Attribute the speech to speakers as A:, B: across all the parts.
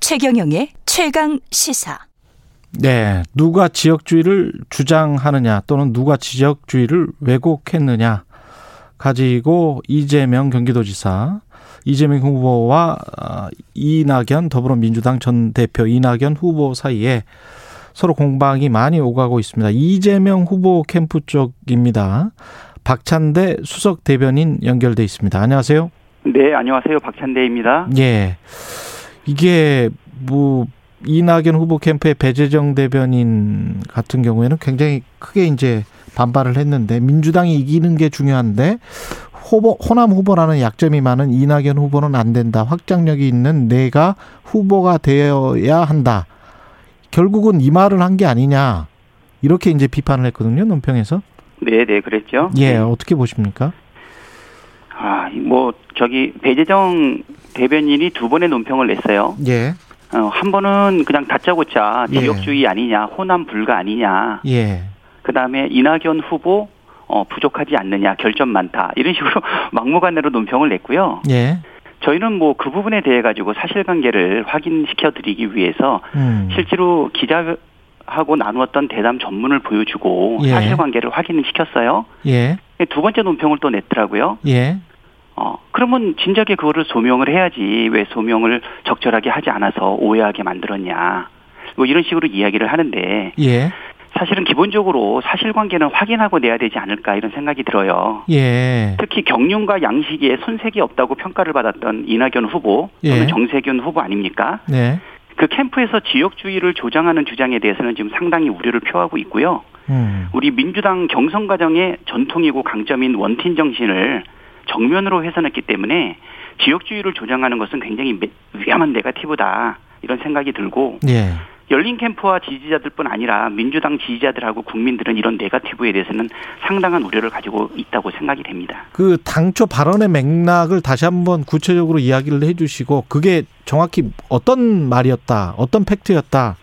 A: 최경영의 최강 시사.
B: 네, 누가 지역주의를 주장하느냐 또는 누가 지역주의를 왜곡했느냐 가지고 이재명 경기도지사, 이재명 후보와 아, 이낙연 더불어민주당 전 대표 이낙연 후보 사이에 서로 공방이 많이 오가고 있습니다. 이재명 후보 캠프 쪽입니다. 박찬대 수석 대변인 연결돼 있습니다. 안녕하세요.
C: 네, 안녕하세요. 박찬대입니다.
B: 예. 이게 뭐 이낙연 후보 캠프의 배재정 대변인 같은 경우에는 굉장히 크게 이제 반발을 했는데 민주당이 이기는 게 중요한데 후보, 호남 후보라는 약점이 많은 이낙연 후보는 안 된다. 확장력이 있는 내가 후보가 되어야 한다. 결국은 이 말을 한 게 아니냐. 이렇게 이제 비판을 했거든요. 논평에서.
C: 네, 네, 그랬죠.
B: 예, 어떻게 보십니까?
C: 아, 뭐 저기 배재정 대변인이 두 번의 논평을 냈어요.
B: 예.
C: 어, 한 번은 그냥 다짜고짜 지역주의 아니냐, 호남 불가 아니냐.
B: 예.
C: 그 다음에 이낙연 후보 어, 부족하지 않느냐, 결점 많다. 이런 식으로 막무가내로 논평을 냈고요.
B: 예.
C: 저희는 뭐 그 부분에 대해 가지고 사실관계를 확인시켜 드리기 위해서
B: 음.
C: 실제로 기자하고 나누었던 대담 전문을 보여주고
B: 예.
C: 사실관계를 확인을 시켰어요.
B: 예.
C: 두 번째 논평을 또 냈더라고요.
B: 예.
C: 어, 그러면 진작에 그거를 소명을 해야지 왜 소명을 적절하게 하지 않아서 오해하게 만들었냐. 뭐 이런 식으로 이야기를 하는데
B: 예.
C: 사실은 기본적으로 사실관계는 확인하고 내야 되지 않을까 이런 생각이 들어요.
B: 예.
C: 특히 경륜과 양식에 손색이 없다고 평가를 받았던 이낙연 후보
B: 예.
C: 또는 정세균 후보 아닙니까?
B: 네.
C: 그 캠프에서 지역주의를 조장하는 주장에 대해서는 지금 상당히 우려를 표하고 있고요.
B: 음.
C: 우리 민주당 경선 과정의 전통이고 강점인 원팀 정신을 정면으로 훼손했기 때문에 지역주의를 조장하는 것은 굉장히 매- 위험한 네가티브다 이런 생각이 들고
B: 예.
C: 열린 캠프와 지지자들뿐 아니라 민주당 지지자들하고 국민들은 이런 네가티브에 대해서는 상당한 우려를 가지고 있다고 생각이 됩니다.
B: 그 당초 발언의 맥락을 다시 한번 구체적으로 이야기를 해주시고 그게 정확히 어떤 말이었다, 어떤 팩트였다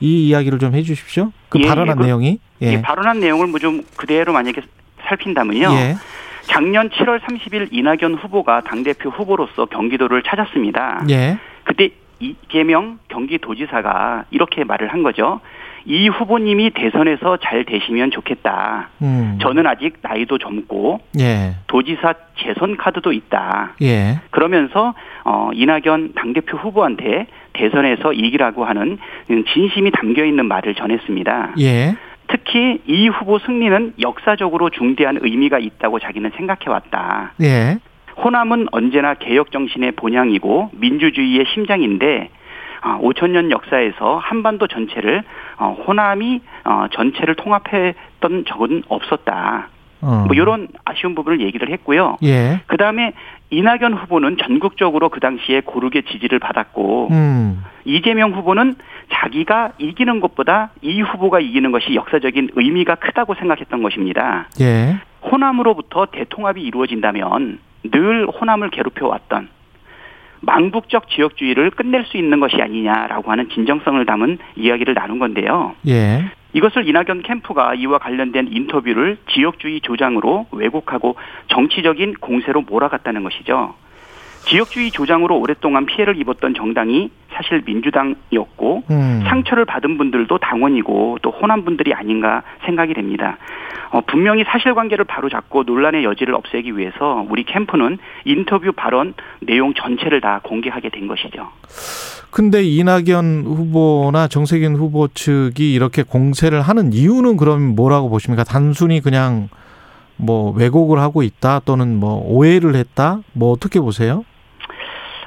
B: 이 이야기를 좀 해주십시오. 그
C: 예,
B: 발언한
C: 그-
B: 내용이
C: 이
B: 예,
C: 발언한 내용을 뭐 좀 그대로 만약에 살핀다면요.
B: 예,
C: 작년 7월 30일 이낙연 후보가 당대표 후보로서 경기도를 찾았습니다.
B: 예,
C: 그때 이재명 경기도지사가 이렇게 말을 한 거죠. 이 후보님이 대선에서 잘 되시면 좋겠다.
B: 음,
C: 저는 아직 나이도 젊고
B: 예,
C: 도지사 재선 카드도 있다.
B: 예,
C: 그러면서 어, 이낙연 당대표 후보한테 대선에서 이기라고 하는 진심이 담겨 있는 말을 전했습니다.
B: 예,
C: 특히 이 후보 승리는 역사적으로 중대한 의미가 있다고 자기는 생각해 왔다.
B: 예,
C: 호남은 언제나 개혁 정신의 본향이고 민주주의의 심장인데 5천년 역사에서 한반도 전체를 어, 호남이 어, 전체를 통합했던 적은 없었다.
B: 어,
C: 뭐 이런 아쉬운 부분을 얘기를 했고요.
B: 예,
C: 그 다음에 이낙연 후보는 전국적으로 그 당시에 고르게 지지를 받았고
B: 음,
C: 이재명 후보는 자기가 이기는 것보다 이 후보가 이기는 것이 역사적인 의미가 크다고 생각했던 것입니다.
B: 예,
C: 호남으로부터 대통합이 이루어진다면 늘 호남을 괴롭혀왔던 망국적 지역주의를 끝낼 수 있는 것이 아니냐라고 하는 진정성을 담은 이야기를 나눈 건데요.
B: 예,
C: 이것을 이낙연 캠프가 이와 관련된 인터뷰를 지역주의 조장으로 왜곡하고 정치적인 공세로 몰아갔다는 것이죠. 지역주의 조장으로 오랫동안 피해를 입었던 정당이 사실 민주당이었고
B: 음,
C: 상처를 받은 분들도 당원이고 또 호남 분들이 아닌가 생각이 됩니다. 어, 분명히 사실관계를 바로잡고 논란의 여지를 없애기 위해서 우리 캠프는 인터뷰 발언 내용 전체를 다 공개하게 된 것이죠.
B: 근데 이낙연 후보나 정세균 후보 측이 이렇게 공세를 하는 이유는 그럼 뭐라고 보십니까? 단순히 그냥 뭐 왜곡을 하고 있다 또는 뭐 오해를 했다 뭐 어떻게 보세요?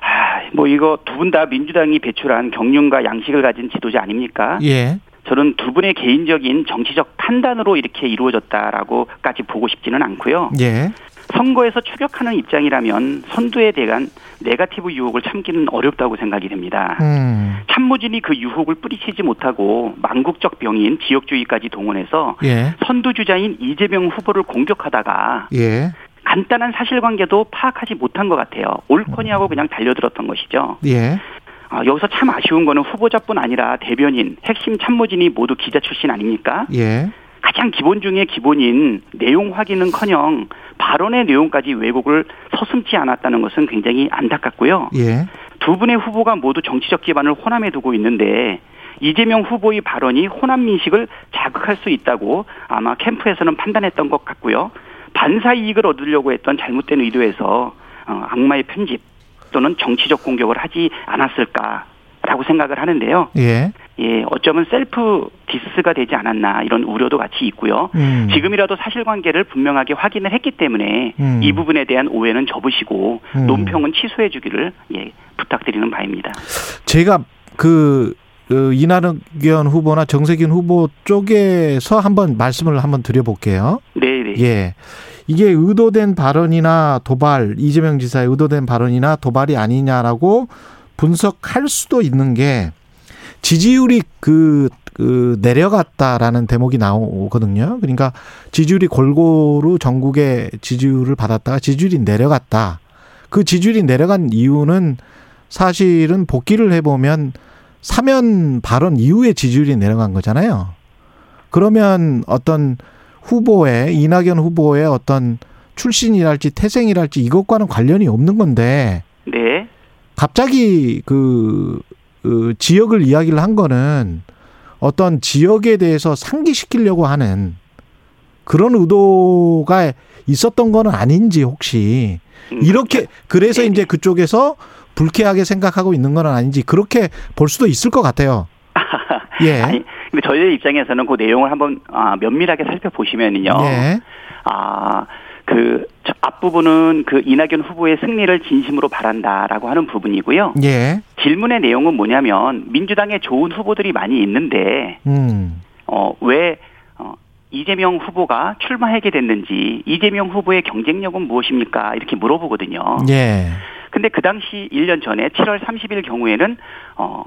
C: 아, 뭐 이거 두 분 다 민주당이 배출한 경륜과 양식을 가진 지도자 아닙니까?
B: 예,
C: 저는 두 분의 개인적인 정치적 판단으로 이렇게 이루어졌다라고까지 보고 싶지는 않고요.
B: 예,
C: 선거에서 추격하는 입장이라면 선두에 대한 네가티브 유혹을 참기는 어렵다고 생각이 됩니다.
B: 음,
C: 참모진이 그 유혹을 뿌리치지 못하고 망국적 병인 지역주의까지 동원해서
B: 예,
C: 선두주자인 이재명 후보를 공격하다가
B: 예,
C: 간단한 사실관계도 파악하지 못한 것 같아요. 옳거니 하고 그냥 달려들었던 것이죠.
B: 예,
C: 아, 여기서 참 아쉬운 거는 후보자뿐 아니라 대변인, 핵심 참모진이 모두 기자 출신 아닙니까?
B: 예,
C: 가장 기본 중에 기본인 내용 확인은커녕 발언의 내용까지 왜곡을 서슴지 않았다는 것은 굉장히 안타깝고요.
B: 예,
C: 두 분의 후보가 모두 정치적 기반을 호남에 두고 있는데 이재명 후보의 발언이 호남 민식을 자극할 수 있다고 아마 캠프에서는 판단했던 것 같고요. 반사 이익을 얻으려고 했던 잘못된 의도에서 어, 악마의 편집 또는 정치적 공격을 하지 않았을까라고 생각을 하는데요.
B: 예.
C: 예, 어쩌면 셀프 디스가 되지 않았나 이런 우려도 같이 있고요.
B: 음.
C: 지금이라도 사실관계를 분명하게 확인을 했기 때문에
B: 음.
C: 이 부분에 대한 오해는 접으시고
B: 음.
C: 논평은 취소해 주기를 예, 부탁드리는 바입니다.
B: 제가 그, 그 이낙연 후보나 정세균 후보 쪽에서 한번 말씀을 한번 드려볼게요.
C: 네, 네.
B: 예. 이게 의도된 발언이나 도발, 이재명 지사의 의도된 발언이나 도발이 아니냐라고 분석할 수도 있는 게 지지율이 그, 그 내려갔다라는 대목이 나오거든요. 그러니까 지지율이 골고루 전국의 지지율을 받았다가 지지율이 내려갔다. 그 지지율이 내려간 이유는 사실은 복귀를 해보면 사면 발언 이후에 지지율이 내려간 거잖아요. 그러면 어떤 후보의 이낙연 후보의 어떤 출신이랄지 태생이랄지 이것과는 관련이 없는 건데
C: 네.
B: 갑자기 그, 그 지역을 이야기를 한 거는 어떤 지역에 대해서 상기시키려고 하는 그런 의도가 있었던 거는 아닌지 혹시
C: 음,
B: 이렇게 그래서
C: 네,
B: 이제
C: 네.
B: 그쪽에서 불쾌하게 생각하고 있는 건 아닌지 그렇게 볼 수도 있을 것 같아요. 예.
C: 아니, 근데 저희 입장에서는 그 내용을 한번 아, 면밀하게 살펴보시면요.
B: 예.
C: 아, 그, 저 앞부분은 그 이낙연 후보의 승리를 진심으로 바란다라고 하는 부분이고요.
B: 예.
C: 질문의 내용은 뭐냐면, 민주당에 좋은 후보들이 많이 있는데,
B: 음.
C: 어, 왜, 어, 이재명 후보가 출마하게 됐는지, 이재명 후보의 경쟁력은 무엇입니까? 이렇게 물어보거든요.
B: 예.
C: 근데 그 당시 1년 전에 7월 30일 경우에는, 어,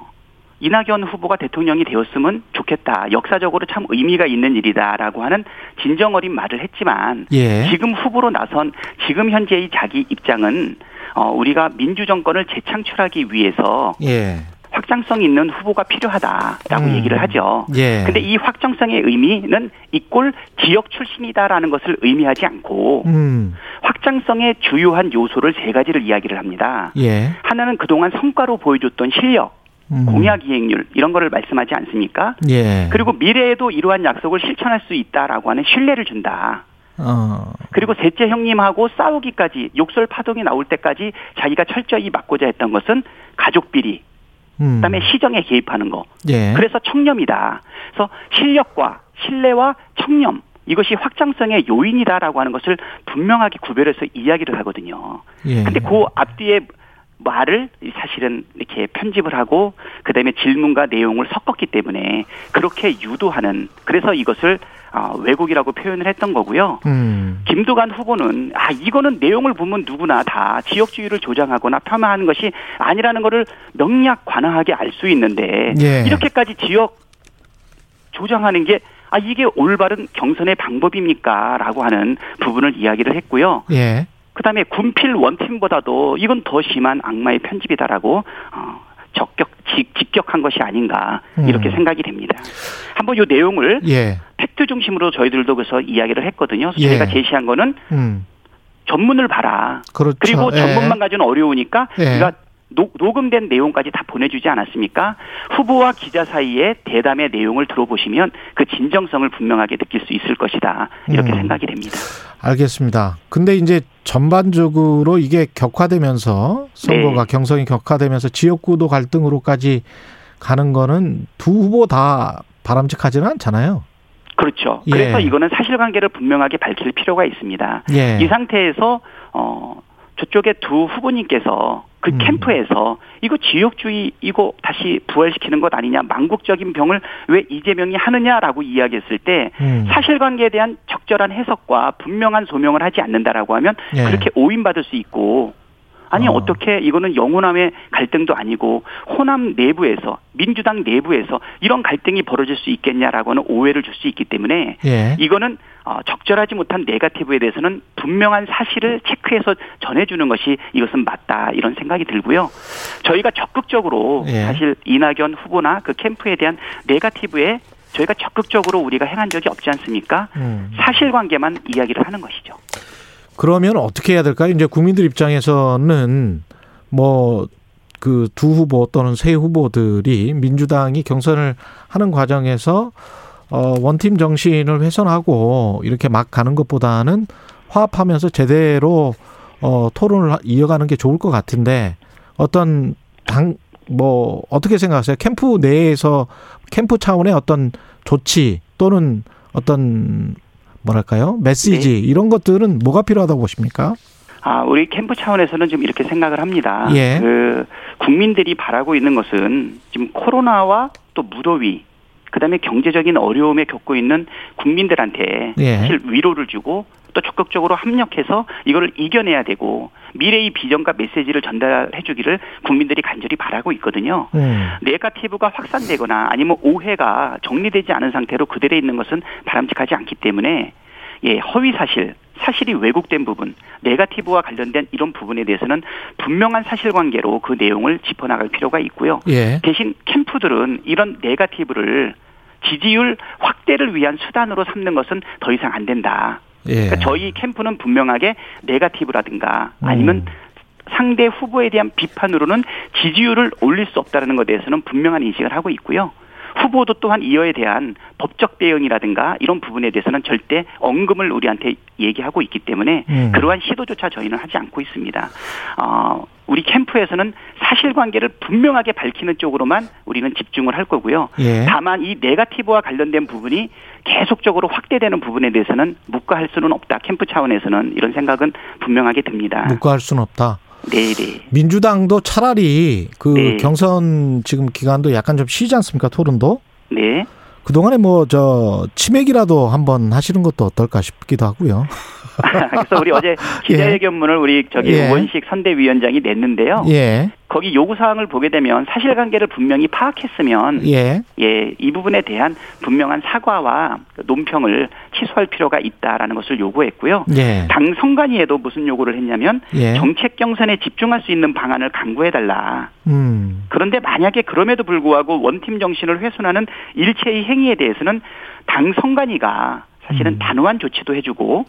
C: 이낙연 후보가 대통령이 되었으면 좋겠다. 역사적으로 참 의미가 있는 일이다라고 하는 진정 어린 말을 했지만,
B: 예.
C: 지금 후보로 나선 지금 현재의 자기 입장은 어, 우리가 민주정권을 재창출하기 위해서
B: 예.
C: 확장성 있는 후보가 필요하다라고
B: 음.
C: 얘기를 하죠.
B: 예.
C: 근데 이 확장성의 의미는 이꼴 지역 출신이다라는 것을 의미하지 않고
B: 음.
C: 확장성의 주요한 요소를 세 가지를 이야기를 합니다.
B: 예.
C: 하나는 그동안 성과로 보여줬던 실력,
B: 음.
C: 공약 이행률 이런 거를 말씀하지 않습니까?
B: 예.
C: 그리고 미래에도 이러한 약속을 실천할 수 있다라고 하는 신뢰를 준다.
B: 어.
C: 그리고 셋째 형님하고 싸우기까지 욕설 파동이 나올 때까지 자기가 철저히 막고자 했던 것은 가족 비리,
B: 음.
C: 그다음에 시정에 개입하는 거.
B: 예.
C: 그래서 청렴이다. 그래서 실력과 신뢰와 청렴 이것이 확장성의 요인이다라고 하는 것을 분명하게 구별해서 이야기를 하거든요.
B: 예.
C: 근데 그 앞뒤에 말을 사실은 이렇게 편집을 하고 그다음에 질문과 내용을 섞었기 때문에 그렇게 유도하는 그래서 이것을 아, 왜곡이라고 표현을 했던 거고요.
B: 음.
C: 김두관 후보는 아 이거는 내용을 보면 누구나 다 지역주의를 조장하거나 폄하하는 것이 아니라는 것을 명약 관화하게 알 수 있는데
B: 예.
C: 이렇게까지 지역 조장하는 게 아 이게 올바른 경선의 방법입니까라고 하는 부분을 이야기를 했고요.
B: 예.
C: 그다음에 군필 원팀보다도 이건 더 심한 악마의 편집이다라고 어, 적격 직, 직격한 것이 아닌가 이렇게
B: 음.
C: 생각이 됩니다. 한번 이 내용을
B: 예.
C: 팩트 중심으로 저희들도 그래서 이야기를 했거든요.
B: 예.
C: 그래서 제가 제시한 거는
B: 음.
C: 전문을 봐라.
B: 그렇죠.
C: 그리고
B: 예.
C: 전문만 가지는 어려우니까
B: 예.
C: 우리가 녹, 녹음된 내용까지 다 보내주지 않았습니까? 후보와 기자 사이의 대담의 내용을 들어보시면 그 진정성을 분명하게 느낄 수 있을 것이다. 이렇게
B: 음.
C: 생각이 됩니다.
B: 알겠습니다. 근데 이제 전반적으로 이게 격화되면서 선거가
C: 네.
B: 경선이 격화되면서 지역구도 갈등으로까지 가는 거는 두 후보 다 바람직하지는 않잖아요.
C: 그렇죠.
B: 예.
C: 그래서 이거는 사실관계를 분명하게 밝힐 필요가 있습니다.
B: 예.
C: 이 상태에서 어 저쪽에 두 후보님께서 그
B: 음.
C: 캠프에서 이거 지역주의 이거 다시 부활시키는 것 아니냐 망국적인 병을 왜 이재명이 하느냐라고 이야기했을 때
B: 음.
C: 사실관계에 대한 적절한 해석과 분명한 소명을 하지 않는다라고 하면
B: 예.
C: 그렇게 오인받을 수 있고 아니
B: 어.
C: 어. 떻게 이거는 영호남의 갈등도 아니고 호남 내부에서 민주당 내부에서 이런 갈등이 벌어질 수 있겠냐라고는 오해를 줄 수 있기 때문에
B: 예.
C: 이거는 어, 적절하지 못한 네가티브에 대해서는 분명한 사실을 체크해서 전해주는 것이 이것은 맞다 이런 생각이 들고요. 저희가 적극적으로
B: 예.
C: 사실 이낙연 후보나 그 캠프에 대한 네가티브에 저희가 적극적으로 우리가 행한 적이 없지 않습니까?
B: 음.
C: 사실관계만 이야기를 하는 것이죠.
B: 그러면 어떻게 해야 될까요? 이제 국민들 입장에서는 뭐 그 두 후보 또는 세 후보들이 민주당이 경선을 하는 과정에서 어, 원팀 정신을 훼손하고 이렇게 막 가는 것보다는 화합하면서 제대로 어, 토론을 하- 이어가는 게 좋을 것 같은데 어떤 당, 뭐, 어떻게 생각하세요? 캠프 내에서 캠프 차원의 어떤 조치 또는 어떤 뭐랄까요? 메시지
C: 네.
B: 이런 것들은 뭐가 필요하다고 보십니까?
C: 아, 우리 캠프 차원에서는 지금 이렇게 생각을 합니다.
B: 예.
C: 그 국민들이 바라고 있는 것은 지금 코로나와 또 무더위, 그다음에 경제적인 어려움에 겪고 있는 국민들한테
B: 예.
C: 사실 위로를 주고 또 적극적으로 합력해서 이거를 이겨내야 되고 미래의 비전과 메시지를 전달해 주기를 국민들이 간절히 바라고 있거든요.
B: 음.
C: 네가티브가 확산되거나 아니면 오해가 정리되지 않은 상태로 그대로 있는 것은 바람직하지 않기 때문에 예, 허위 사실, 사실이 왜곡된 부분, 네가티브와 관련된 이런 부분에 대해서는 분명한 사실관계로 그 내용을 짚어나갈 필요가 있고요.
B: 예.
C: 대신 캠프들은 이런 네가티브를 지지율 확대를 위한 수단으로 삼는 것은 더 이상 안 된다.
B: 예.
C: 그러니까 저희 캠프는 분명하게 네가티브라든가
B: 음.
C: 아니면 상대 후보에 대한 비판으로는 지지율을 올릴 수 없다는 것에 대해서는 분명한 인식을 하고 있고요. 후보도 또한 이어에 대한 법적 대응이라든가 이런 부분에 대해서는 절대 언급을 우리한테 얘기하고 있기 때문에
B: 음.
C: 그러한 시도조차 저희는 하지 않고 있습니다. 어, 우리 캠프에서는 사실관계를 분명하게 밝히는 쪽으로만 우리는 집중을 할 거고요.
B: 예.
C: 다만 이 네가티브와 관련된 부분이 계속적으로 확대되는 부분에 대해서는 묵과할 수는 없다. 캠프 차원에서는 이런 생각은 분명하게 듭니다.
B: 묵과할 수는 없다.
C: 네, 네.
B: 민주당도 차라리 그
C: 네.
B: 경선 지금 기간도 약간 좀 쉬지 않습니까? 토론도
C: 네.
B: 그 동안에 뭐 저 치맥이라도 한번 하시는 것도 어떨까 싶기도 하고요.
C: 그래서 우리 어제 기자회견문을 우리 저기
B: 예.
C: 우원식 선대위원장이 냈는데요.
B: 예,
C: 거기 요구 사항을 보게 되면 사실관계를 분명히 파악했으면
B: 예,
C: 예, 이 부분에 대한 분명한 사과와 논평을 취소할 필요가 있다라는 것을 요구했고요.
B: 예,
C: 당 선관위에도 무슨 요구를 했냐면
B: 예.
C: 정책 경선에 집중할 수 있는 방안을 강구해 달라.
B: 음,
C: 그런데 만약에 그럼에도 불구하고 원팀 정신을 훼손하는 일체의 행위에 대해서는 당 선관위가 사실은
B: 음.
C: 단호한 조치도 해주고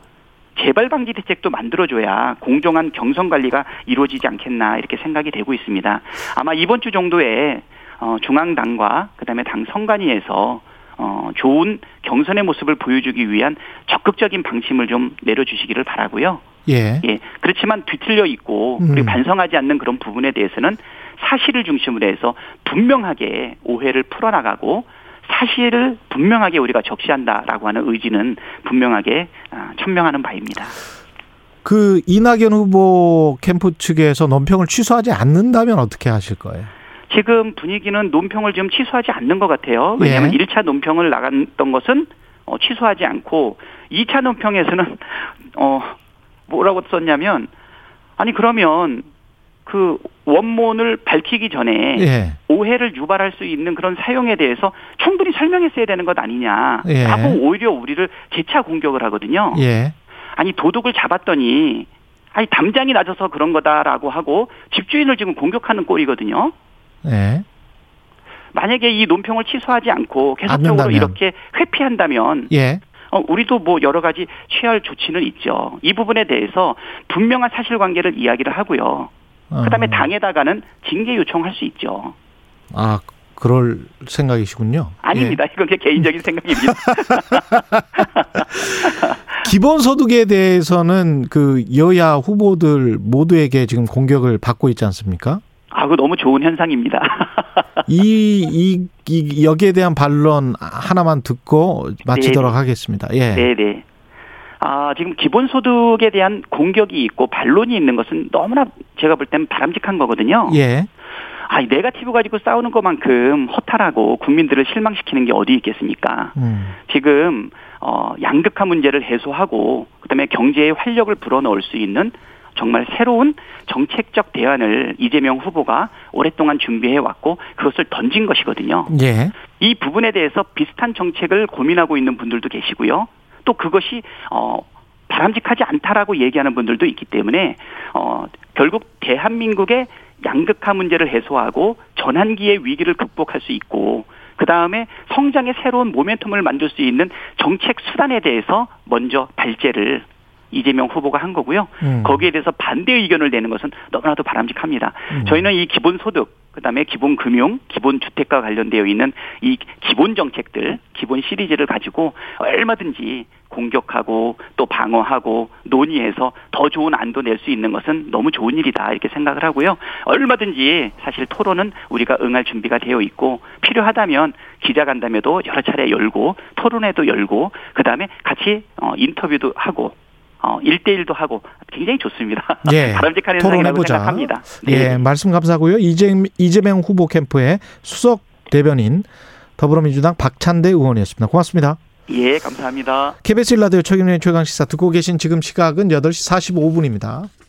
C: 재발 방지 대책도 만들어줘야 공정한 경선 관리가 이루어지지 않겠나 이렇게 생각이 되고 있습니다. 아마 이번 주 정도에 어, 중앙당과 그다음에 당 선관위에서 어, 좋은 경선의 모습을 보여주기 위한 적극적인 방침을 좀 내려주시기를 바라고요.
B: 예,
C: 예, 그렇지만 뒤틀려 있고
B: 음.
C: 그리고 반성하지 않는 그런 부분에 대해서는 사실을 중심으로 해서 분명하게 오해를 풀어나가고 사실을 분명하게 우리가 적시한다라고 하는 의지는 분명하게 아, 천명하는 바입니다.
B: 그 이낙연 후보 캠프 측에서 논평을 취소하지 않는다면 어떻게 하실 거예요?
C: 지금 분위기는 논평을 지금 취소하지 않는 것 같아요. 왜냐하면
B: 예.
C: 일 1차 논평을 나갔던 것은 어, 취소하지 않고 2차 논평에서는 어, 뭐라고 썼냐면 아니 그러면 그 원본을 밝히기 전에
B: 예,
C: 오해를 유발할 수 있는 그런 사용에 대해서 충분히 설명했어야 되는 것 아니냐라고
B: 예.
C: 오히려 우리를 재차 공격을 하거든요.
B: 예,
C: 아니 도둑을 잡았더니 아니 담장이 낮아서 그런 거다라고 하고 집주인을 지금 공격하는 꼴이거든요.
B: 예,
C: 만약에 이 논평을 취소하지 않고 계속적으로
B: 않는다면.
C: 이렇게 회피한다면
B: 예,
C: 어, 우리도 뭐 여러 가지 취할 조치는 있죠. 이 부분에 대해서 분명한 사실관계를 이야기를 하고요.
B: 어,
C: 그다음에 당에다가는 징계 요청할 수 있죠.
B: 아 그럴 생각이시군요.
C: 아닙니다. 이건 제 개인적인 생각입니다.
B: 예. 기본소득에 대해서는 그 여야 후보들 모두에게 지금 공격을 받고 있지 않습니까?
C: 아, 그거 너무 좋은 현상입니다.
B: 이, 이, 이 여기에 대한 반론 하나만 듣고 마치도록 하겠습니다. 예.
C: 네, 네. 아, 지금 기본소득에 대한 공격이 있고 반론이 있는 것은 너무나 제가 볼 땐 바람직한 거거든요.
B: 예.
C: 아, 이 네가티브 가지고 싸우는 것만큼 허탈하고 국민들을 실망시키는 게 어디 있겠습니까?
B: 음.
C: 지금 어, 양극화 문제를 해소하고 그다음에 경제에 활력을 불어넣을 수 있는 정말 새로운 정책적 대안을 이재명 후보가 오랫동안 준비해 왔고 그것을 던진 것이거든요.
B: 예.
C: 이 부분에 대해서 비슷한 정책을 고민하고 있는 분들도 계시고요. 또 그것이 어 바람직하지 않다라고 얘기하는 분들도 있기 때문에 어 결국 대한민국의 양극화 문제를 해소하고 전환기의 위기를 극복할 수 있고 그다음에 성장의 새로운 모멘텀을 만들 수 있는 정책 수단에 대해서 먼저 발제를 이재명 후보가 한 거고요.
B: 음.
C: 거기에 대해서 반대 의견을 내는 것은 너무나도 바람직합니다.
B: 음.
C: 저희는 이 기본 소득 그다음에 기본 금융, 기본 주택과 관련되어 있는 이 기본 정책들, 기본 시리즈를 가지고 얼마든지 공격하고 또 방어하고 논의해서 더 좋은 안도 낼 수 있는 것은 너무 좋은 일이다 이렇게 생각을 하고요. 얼마든지 사실 토론은 우리가 응할 준비가 되어 있고 필요하다면 기자간담회도 여러 차례 열고 토론회도 열고 그다음에 같이 어, 인터뷰도 하고 어, 1대1도 하고 굉장히 좋습니다.
B: 예,
C: 아, 바람직한 현상이라고
B: 토론해보자.
C: 생각합니다. 네.
B: 예, 말씀 감사하고요. 이재명, 이재명 후보 캠프의 수석 대변인 더불어민주당 박찬대 의원이었습니다. 고맙습니다.
C: 예, 감사합니다.
B: KBS 일라디오 최경련의 최강시사 듣고 계신 지금 시각은 8시 45분입니다.